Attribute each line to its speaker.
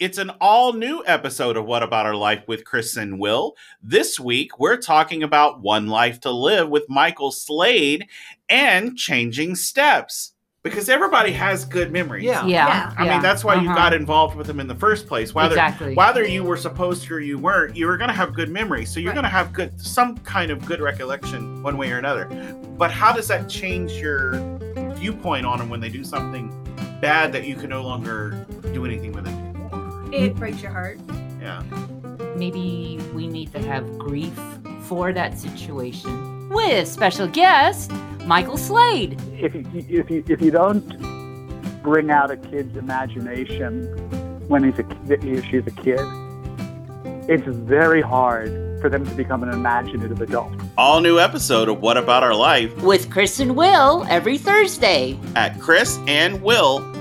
Speaker 1: It's an all new episode of What About Our Life with Chris and Will. This week, we're talking about One Life to Live with Michael Slade and Changing Steps because everybody has good memories.
Speaker 2: Yeah.
Speaker 3: Yeah.
Speaker 1: I mean, that's why you
Speaker 3: Uh-huh.
Speaker 1: got involved with them in the first place. Whether
Speaker 3: Exactly.
Speaker 1: whether you were supposed to or you weren't, you were going to have good memories. So you're
Speaker 2: Right.
Speaker 1: going to have good some kind of good recollection one way or another. But how does that change your viewpoint on them when they do something bad that you can no longer do anything with it? anymore?
Speaker 2: It breaks your heart.
Speaker 1: Yeah.
Speaker 3: Maybe we need to have grief for that situation with special guest Michael Slade.
Speaker 4: if you, if you if you don't bring out a kid's imagination when he's a kid, he or she's a kid, it's very hard for them to become an imaginative adult.
Speaker 1: All new episode of What About Our Life
Speaker 3: With Chris and Will every Thursday.
Speaker 1: at chrisandwill.com.